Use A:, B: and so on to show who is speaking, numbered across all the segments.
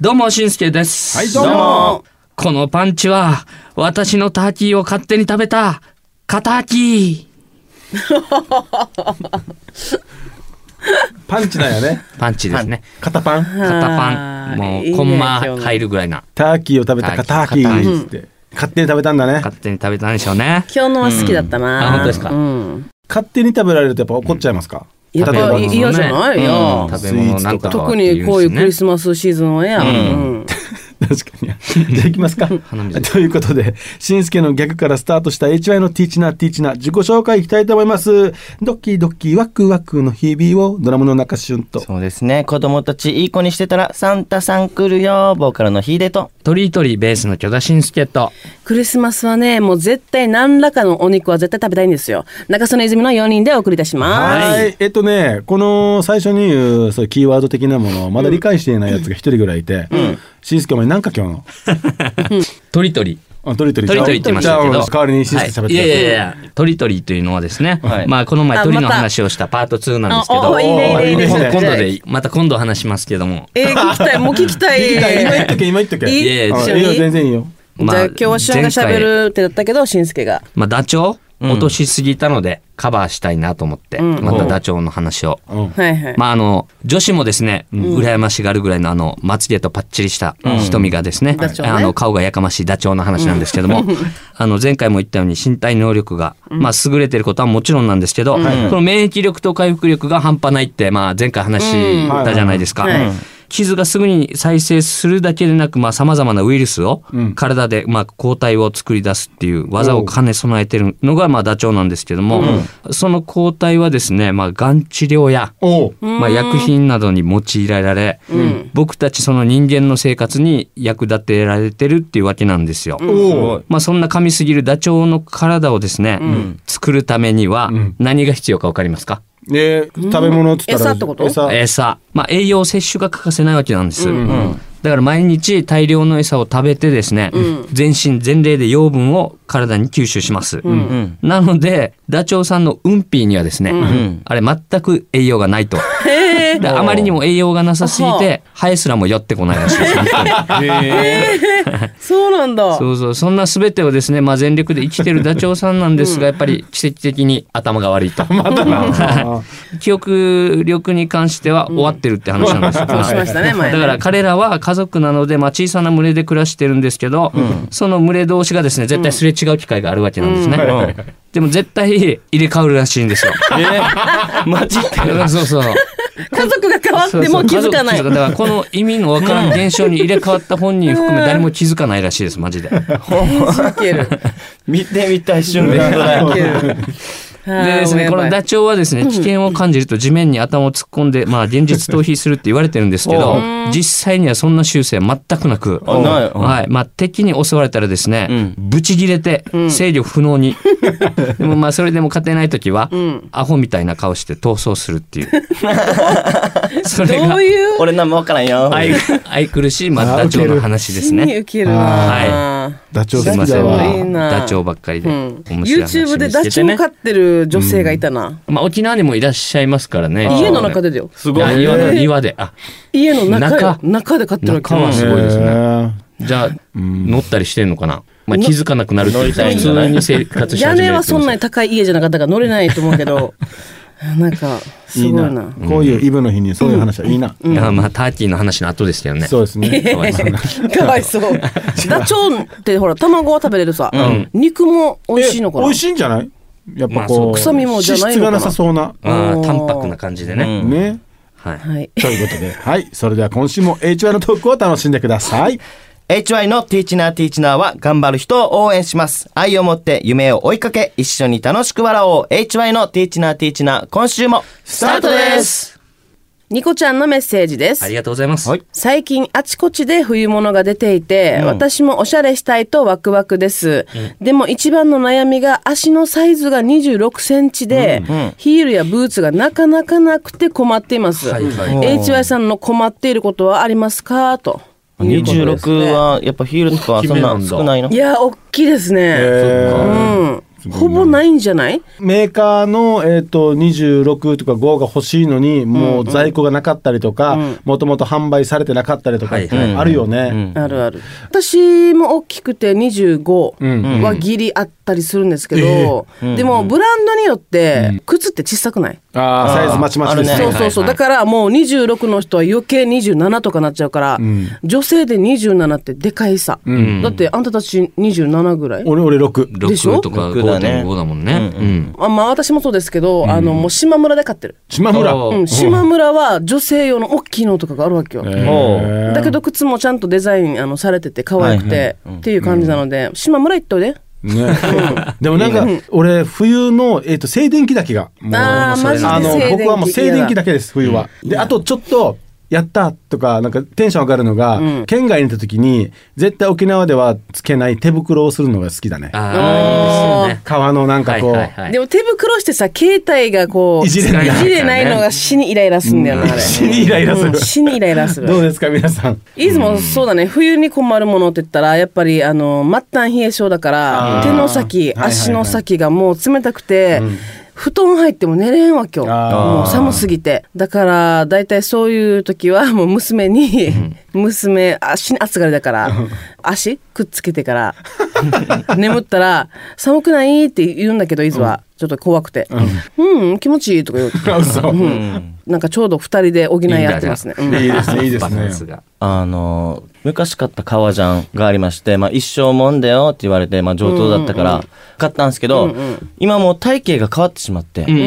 A: どうも、しんすけです。
B: はい、どうも。
A: このパンチは、私のターキーを勝手に食べた、カターキ
B: パンチなんやね。
A: ー。パンチですね。
B: 肩パン。
A: カタ
C: あ
A: パ
C: ー
A: ン。も、
C: いいうね
A: コンマ入るぐらいな。
B: ターキーを食べたか、ターキ
A: ターキ
B: ーっつって。勝手に食べたんだね。
A: 勝手に食べたんでしょうね。
C: 今日のは好きだったな、
A: うんあ本当ですか
C: うん
B: 勝手に食べられるとやっぱ怒っちゃいますか。
C: やっ
A: 食べ
C: ぱ
A: 物のね
C: 嫌じゃないよ、
A: うん食べ物なんとかはっ
C: 特
A: ていうんですね。
C: にこういうクリスマスシーズンはや、うん
B: 確かに。じゃあ行きますか。
A: 水
B: ということで、しんすけの逆からスタートした HY のティーチナーティーチナー自己紹介いきたいと思います。ドキドキワクワクの日々をドラムの中旬と。
D: そうですね子供たちいい子にしてたらサンタさん来るよボーカルのヒデと
A: トリートリーベースの巨田信介と、
C: クリスマスはねもう絶対何らかのお肉は絶対食べたいんですよ中曽根泉の4人でお送り出します
B: はい、えっとねこの最初に言うそういうキーワード的なものをまだ理解していないやつが一人ぐらいいて「しんすけお前なんか今日の
A: トリトリ。
B: あトリトリ
A: トリトリって言いまし
B: じゃ
A: た
B: あ
A: けど。
B: 代わりにしんすけ喋って
A: はいいやいやいや、トリトリというのはですね、
D: はい
A: まあこの前
C: あ
A: 鳥の
C: また
A: 話をしたパート2なんですけ
C: あ
A: ど、
C: おいいねいいねいいね
A: 今度今度
C: い
A: で、また今度話しますけども。
C: えー、聞きたいもう聞きたい
B: いや今言っとけ今言っとけ
C: い
A: いやいや
B: あ
A: 一
C: 緒
B: い
C: に
B: や全然いいよ
A: まあ
C: じゃあ今日はシュンがしゃべるってなったけどしんすけが
A: まあダチョウ落としすぎたのでカバーしたいなと思って、
C: ん
A: またダチョウの話を。
B: うん
C: はいはい、
A: まああの女子もですね、羨ましがるぐらいのあのまつげとパッチリした瞳がですね,、
C: ダチョウね
A: あの顔がやかましいダチョウの話なんですけども、 あの前回も言ったように身体能力が、まあ、優れてることはもちろんなんですけど、この免疫力と回復力が半端ないって、まあ、前回話したじゃないですか。
C: うんはい
A: 傷がすぐに再生するだけでなく、まあ、様々なウイルスを体で、まあ、抗体を作り出すっていう技を兼ね備えてるのが、まあ、ダチョウなんですけども、その抗体はですね、まあ、がん治療や、
B: おう
A: まあ、薬品などに用いられ、僕たちその人間の生活に役立てられてるっていうわけなんですよ。
B: おう
A: まあ、そんな噛みすぎるダチョウの体をですね、作るためには
B: ん
A: 何が必要かわかりますか、
B: で食べ物っつったら
C: 餌ってこと
B: 餌
A: 餌、まあ、栄養摂取が欠かせないわけなんです、だから毎日大量の餌を食べてですね、全身全霊で養分を体に吸収します、
D: うん
A: なのでダチョウさんのうんぴーにはですね、
D: ん
A: あれ全く栄養がないと。
C: えー
A: であまりにも栄養がなさすぎてハエすらも寄ってこないらしいです
C: そうなんだ
A: そうそうそんな全てをですね、まあ、全力で生きてるダチョウさんなんですがやっぱり奇跡的に 頭が悪いと
B: あ
A: 記憶力に関しては終わってるって話なん ですよ、
C: そうしましたね前ね
A: だから彼らは家族なので、まあ、小さな群れで暮らしてるんですけど、その群れ同士がですね絶対すれ違う機会があるわけなんですね、でも絶対入れ替わるらしいんですよ
D: マジで
A: そうそう
C: 家族が変わっても気づかない
A: そうそう家族気づだからこの意味のわからん現象に入れ替わった本人含め誰も気づかないらしいですマジ で。
C: いける
D: 見てみたい瞬間だ
C: いける
A: でですね、このダ
C: チ
A: チョウはですね危険を感じると地面に頭を突っ込んで、 まあ、現実逃避するって言われてるんですけど実際にはそんな習性は全くなく、
D: あない
A: はいまあ、敵に襲われたらですね、ブチギレて制御不 能に、でもまあそれでも勝てない時は、アホみたいな顔して逃走するっていう それ
C: ど
A: が
C: ういう
D: 俺何もわからんよ
A: 愛愛くるしい、まあ、ダチョウの話です
C: に
A: ね。
C: 受けるな、
A: は
B: ダチョウ
A: すい
B: 好
A: ま
B: き
A: せ
B: だ
A: ん、
B: わ
C: いいな
A: ダチョウばっかりで、
C: うん、
A: 面白い話
C: YouTube で
A: 見つ
C: ダ
A: け
C: チ
A: て
C: ョ
A: ね
C: ウ飼ってる女性がいたな、
A: まあ、沖縄にもいらっしゃいますからね。
C: 家の中でだよ
A: すごい。岩の岩で。あ、
C: 家の中よ
A: 中
C: 中で飼ってるわけ
A: 中はすごいですね。
B: ね
A: じゃあ、乗ったりしてんのかな。まあ、気づかなくなるっていう
D: 乗りたい
A: 普通に生活して
C: 屋
A: 始め
C: 根
A: る
C: はそんなに高い家じゃなかったから乗れないと思うけ どなんかすごいな
B: こういうイブの日にそういう話はいいな
A: うんいやまあ、ターキーの話の後ですけどね。
B: そうですね
A: かわいそうな
C: かわいそう ダチョウってほら卵は食べれるさ、肉も美味しいのか
B: え
C: な
B: 美味しいんじゃないやっぱ
A: ま
B: こ
A: あ
B: う
C: 臭みもじゃないのかな
B: 脂質がなさそうな
A: あー淡白な感じでね。
B: ね
A: はい。
C: はい、
B: ということではいそれでは今週も HY のトークを楽しんでください
D: HY のティーチナーティーチナーは頑張る人を応援します愛を持って夢を追いかけ一緒に楽しく笑おう HY のティーチナーティーチナー今週もスタートです
C: ニコちゃんのメッセージです
A: ありがとうございます。
D: はい
C: 最近あちこちで冬物が出ていて、私もおしゃれしたいとワクワクです、でも一番の悩みが足のサイズが2 6センチで、ヒールやブーツがなかなかなくて困っています、
A: はいはい
C: HY さんの困っていることはありますかと
D: 26はやっぱヒールとかはそんな少ないの
C: いや大きいですね、
B: えー
C: うん
B: そすごい
C: ほぼないんじゃない
B: メーカーの、えー、と26とか5が欲しいのにもう在庫がなかったりとかもともと販売されてなかったりとか
A: はいはい
B: あるよね。
C: あるある私も大きくて25はギリあったりするんですけど、でもブランドによって靴って小さくない、
B: ああサイズまちまちです
D: ある
C: そ
D: ね
B: ね
C: う。そうそう、
D: はいはいはい
C: だからもう26の人は余計27とかなっちゃうから、女性で27ってでかいさ、だってあんたたち27ぐらい
B: 俺俺6。
C: でしょ
A: 6とか
D: 六だね
A: 5.5だもんね。うん
C: あまあ私もそうですけど、あのもう島村で買ってる、
B: 島村。
A: あ
C: うん、島村は女性用の大きいのとかがあるわけよ、
D: おう
B: へー
C: だけど靴もちゃんとデザインあのされてて可愛くて、っていう感じなので、島村行っといで
B: ね、でもなんか俺冬の、えー、と静電気だけがもう
C: あーマジで
B: あの
C: 静電気
B: 僕はもう静電気だけです冬は。であとちょっとやったとかなんかテンション上がるのが、県外に行った時に絶対沖縄ではつけない手袋をするのが好きだね。
A: あーいいですよね。
B: 革のなんかこう、
A: はいはいはい
C: でも手袋してさ携帯がこう
B: いじれない
A: からね
C: のが死にイライラすんだよな、あれ
B: 死にイライラする
C: うん死にイライラす
B: どう
C: る
B: ですか皆さん。
C: いつもそうだね冬に困るものって言ったらやっぱりあの末端冷え性だから
B: あー
C: 手の
B: は
C: 先
B: いはいはい
C: 足の先がもう冷たくて、布団入っても寝れんわ今日
B: あー
C: もう寒すぎてだから大体そういう時はもう娘に、娘足に暑がりだから足くっつけてから眠ったら「寒くない?」って言うんだけどいずは、ちょっと怖くて「うん、気持ちいい」とか言う
B: 嘘
C: うん、なんかちょうど二人で補い合ってますね。
A: いいん
C: う
A: だ
C: ん
B: いいですねいいです
A: バランス
B: ね。
A: が。
D: あの昔買った革ジャンがありまして、まあ、一生もんだよって言われて、まあ、上等だったから買ったんですけど、今もう体型が変わってしまって、
A: うん
B: う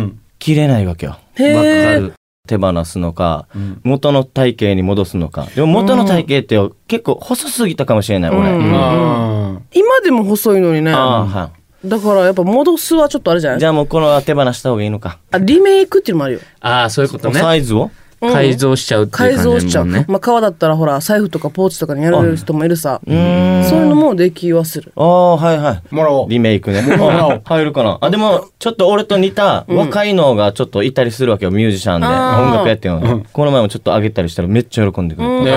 B: ん
D: 着れないわけよ
A: うん。わ
C: へ
A: か
C: え。
A: る。
D: 手放すのか、
B: うん
D: 元の体型に戻すのかでも元の体型って結構細すぎたかもしれない、俺、
C: うん
B: あ
C: 今でも細いのにね。
D: ああは
C: だからやっぱ戻すはちょっとあれじゃないい
D: じゃあもうこの手放した方がいいのか、
C: あリメイクっていうのもあるよ。
A: ああ、そういうことね。
D: サイズを
C: うん
A: 改造しちゃうっていう
C: 改造
A: 感
C: し
A: じ
C: ちゃ
A: だ
C: う。
A: もんね。
C: まあ革だったらほら財布とかポーチとかにやられる人もいるさ。そう
D: うーん
C: いうのもできはする。
D: ああはいはい
B: ーもらおう。
D: リメイ クね。
B: ん
D: 入るかな。あ、でも、ちょっと俺と似た若いのがちょっといたりするわけよ、ミュージシャンで。
C: あー
D: 音楽やってるのに。この前もちょっと上げたりしたらめっちゃ喜んでくれ
B: え
D: て。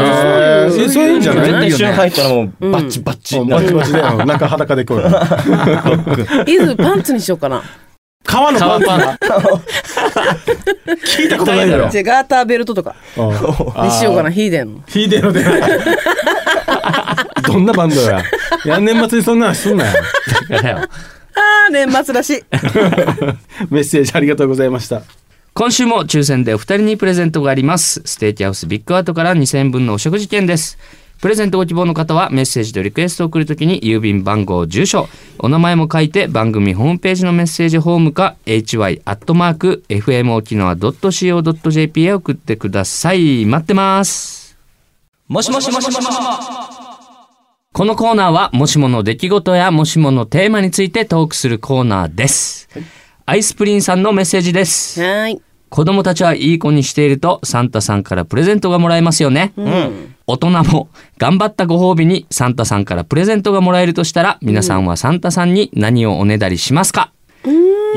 B: ーそういう
A: うん
B: じゃない
A: 絶対
D: 一瞬
A: ね
D: 入ったらもうバッチバッチ。
B: バチバチだよ。中裸で来る。
C: いずパンツにしようかな。
B: 革のパンツ
A: 革
B: 聞いたことないだろ。
C: じゃあガーターベルトとかにしようかな。ヒーデンの。
B: ヒデので。 どんなバンドや。いや年末にそんなのすんなよ。
A: だからよ
C: ああ年末らしい。
B: メッセージありがとうございました。
A: 今週も抽選でお二人にプレゼントがあります。ステーキハウスビッグアートから2000分のお食事券です。プレゼントご希望の方はメッセージとリクエストを送るときに郵便番号、住所、お名前も書いて番組ホームページのメッセージホームか hy.fmokinawa.co.jp へ送ってください。待ってます。もしもしもしもしもしこのコーナーはもしもの出来事やもしものテーマについてトークするコーナーです。アイスプリンさんのメッセージです。
C: はーい。
A: 子供たちはいい子にしているとサンタさんからプレゼントがもらえますよね、大人も頑張ったご褒美にサンタさんからプレゼントがもらえるとしたら皆さんはサンタさんに何をおねだりしますか、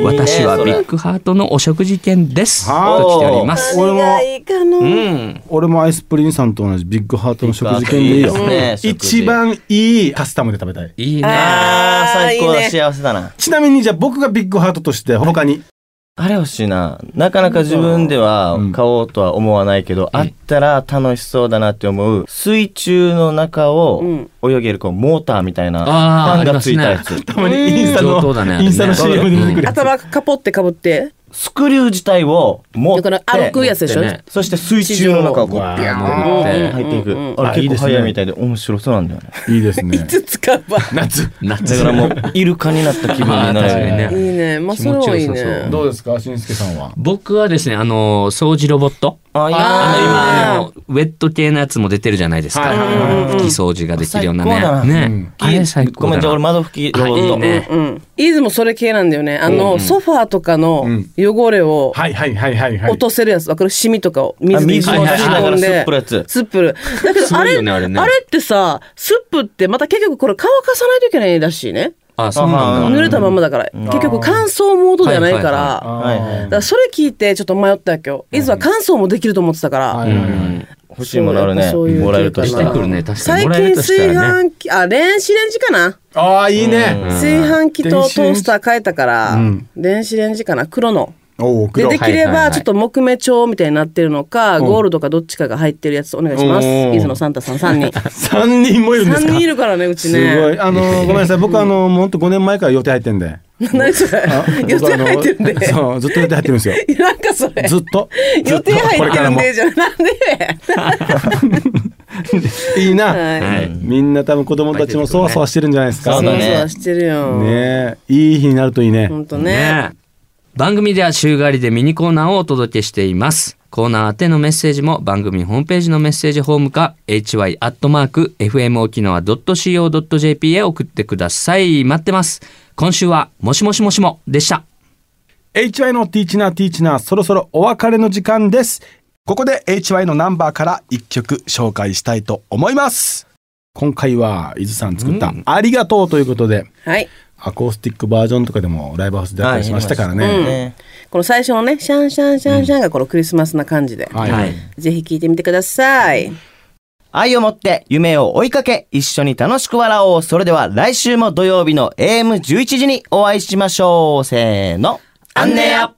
A: 私はビッグハートのお食事券です
B: はー
A: と来ております
B: 俺も
C: いいかな。
A: うん
B: 俺もアイスプリンさんと同じビッグハートの食事券でいいよ
D: ビッグハートいいですね。
B: 一番いいカスタムで食べたい。
A: いいね
D: ああ、
C: あー
D: 最高
C: いい
D: だ、
C: ね
D: 幸せだな。
B: ちなみにじゃあ僕がビッグハートとして他に。
D: あれ欲しいな。なかなか自分では買おうとは思わないけど、あったら楽しそうだなって思う、水中の中を泳げるこうモーターみたいな、
A: あー
D: ンがついたやつ。
B: たまにインスタ
A: 上等だねあれ
B: の、
A: ね
B: インスタの CM で出てくるやつ。
C: 頭カポってかぶって。
D: スクリュー自体を持っ
C: だから
D: て、
C: 歩くやつでしょ。
A: 持ってね
D: そして水中の中をこう、
B: わあ
D: ビャーン
A: 潜って
D: 入っていく。
B: あ
D: あれ
B: いいです
D: 結構
B: ね
D: 早いみたいで面白そうなんだよね。
B: いいですね。
C: つ使うわ。
B: 夏。
D: だからもう、イルカになった気分にな
A: あー確
D: る
A: か
D: よ
A: に
D: ね。
A: ね
C: いいね。まあそれはいい
A: 気持ちよさそ
C: ね。
B: どうですか、しんすけさんは。
A: 僕はですねあの掃除ロボット
D: あ、いい
A: あの
D: な
A: 今あのウェット系のやつも出てるじゃないですか、
B: はいはいは
A: 拭き掃除ができるような
D: 最高だな
A: ねね、あれ最高
D: ごめ
A: だ
D: ん、じゃあ俺
A: な
D: 窓拭きロボッ
A: い
D: ト。
A: いね
C: うん。イズもそれ系なんだよね。あの、ソファーとかの汚れを
B: はいはいはいはいはい
C: 落。とせるやつ、わかるシミとかを水で
D: あ水を
C: 流し込ん
D: はいはいはい
C: で
D: スップるやつ。
C: スップる。だけ
A: す
C: ど、あ
A: ごい
C: れ、
A: よね
C: あれ
A: あれね
C: ってさ、スップってまた結局これ乾かさないといけないらしいね。
A: あそうなんだ
C: 濡れたまんまだから。結局乾燥モードじゃないか
A: はい
C: ら。
B: はい
C: だからそれ聞いてちょっと迷ったわけよ。イズは乾燥もできると思ってたから。
B: はいはいはい。
D: 欲しいものある
C: そうやっ
D: ね
C: ぱそういう系かな
D: もらえるとした
A: 出てくるね確かにも
C: 最
D: ら
A: らえる
C: 近
A: とし
C: 炊
A: たらね
C: 飯器、あ、電子レンジかな
B: ああいいね。
C: 炊飯器と
B: 電
C: ト
B: 子レン
C: ー
B: ジ
C: スター変えたから、電子レンジかな黒の。
B: おお
C: で、
B: 黒。
C: でき
A: は
C: れ
A: いはいはい
C: ば、ちょっと木目調みたいになってるのか、ゴールドかどっちかが入ってるやつお願いします。
B: うん
C: 伊豆のサンタさん3人。
B: 三人もいるんで
C: 3
B: すか。
C: 人いるからね、うち
B: すご
C: ね。
B: い。あのーごめんなさい。僕あのーもうほんと五年前から予定入ってんで。
C: 何それ
B: あ
C: 予
B: 僕
C: 定
B: あの
C: 入ってるんで。
B: そうずっと予定入ってるん ですよ。
C: いやなんかそれ。
B: ずっと。ず
C: 予定入ってるんで、
B: ずっ
C: じゃあなんで
B: とこれからもいいな。
A: はい
B: みんな多分子供たちもそわそわしてるんじゃないですか。
D: そうだね
C: そわしてるよ。
B: ねえいい日になるといいね。
C: ほんとね。
A: ねえ番組では週替わりでミニコーナーをお届けしていますコーナー宛てのメッセージも番組ホームページのメッセージホームか hy.fmokinawa.co.jp へ送ってください待ってます今週はもしもしもしもでした
B: HY のティーチナーティーチナーそろそろお別れの時間ですここで HY のナンバーから一曲紹介したいと思います今回は伊豆さん作った「ありがとう」ということで、
C: はい。
B: アコースティックバージョンとかでもライブハウスであったりしましたからね、
C: は
B: はいい
C: この最初のね、シャンシャンシャンシャンがこのクリスマスな感じで。
A: はい
C: ぜひ聞いてみてください。
D: 愛を持って夢を追いかけ一緒に楽しく笑おうそれでは来週も土曜日の AM11 時にお会いしましょうせーのアンネや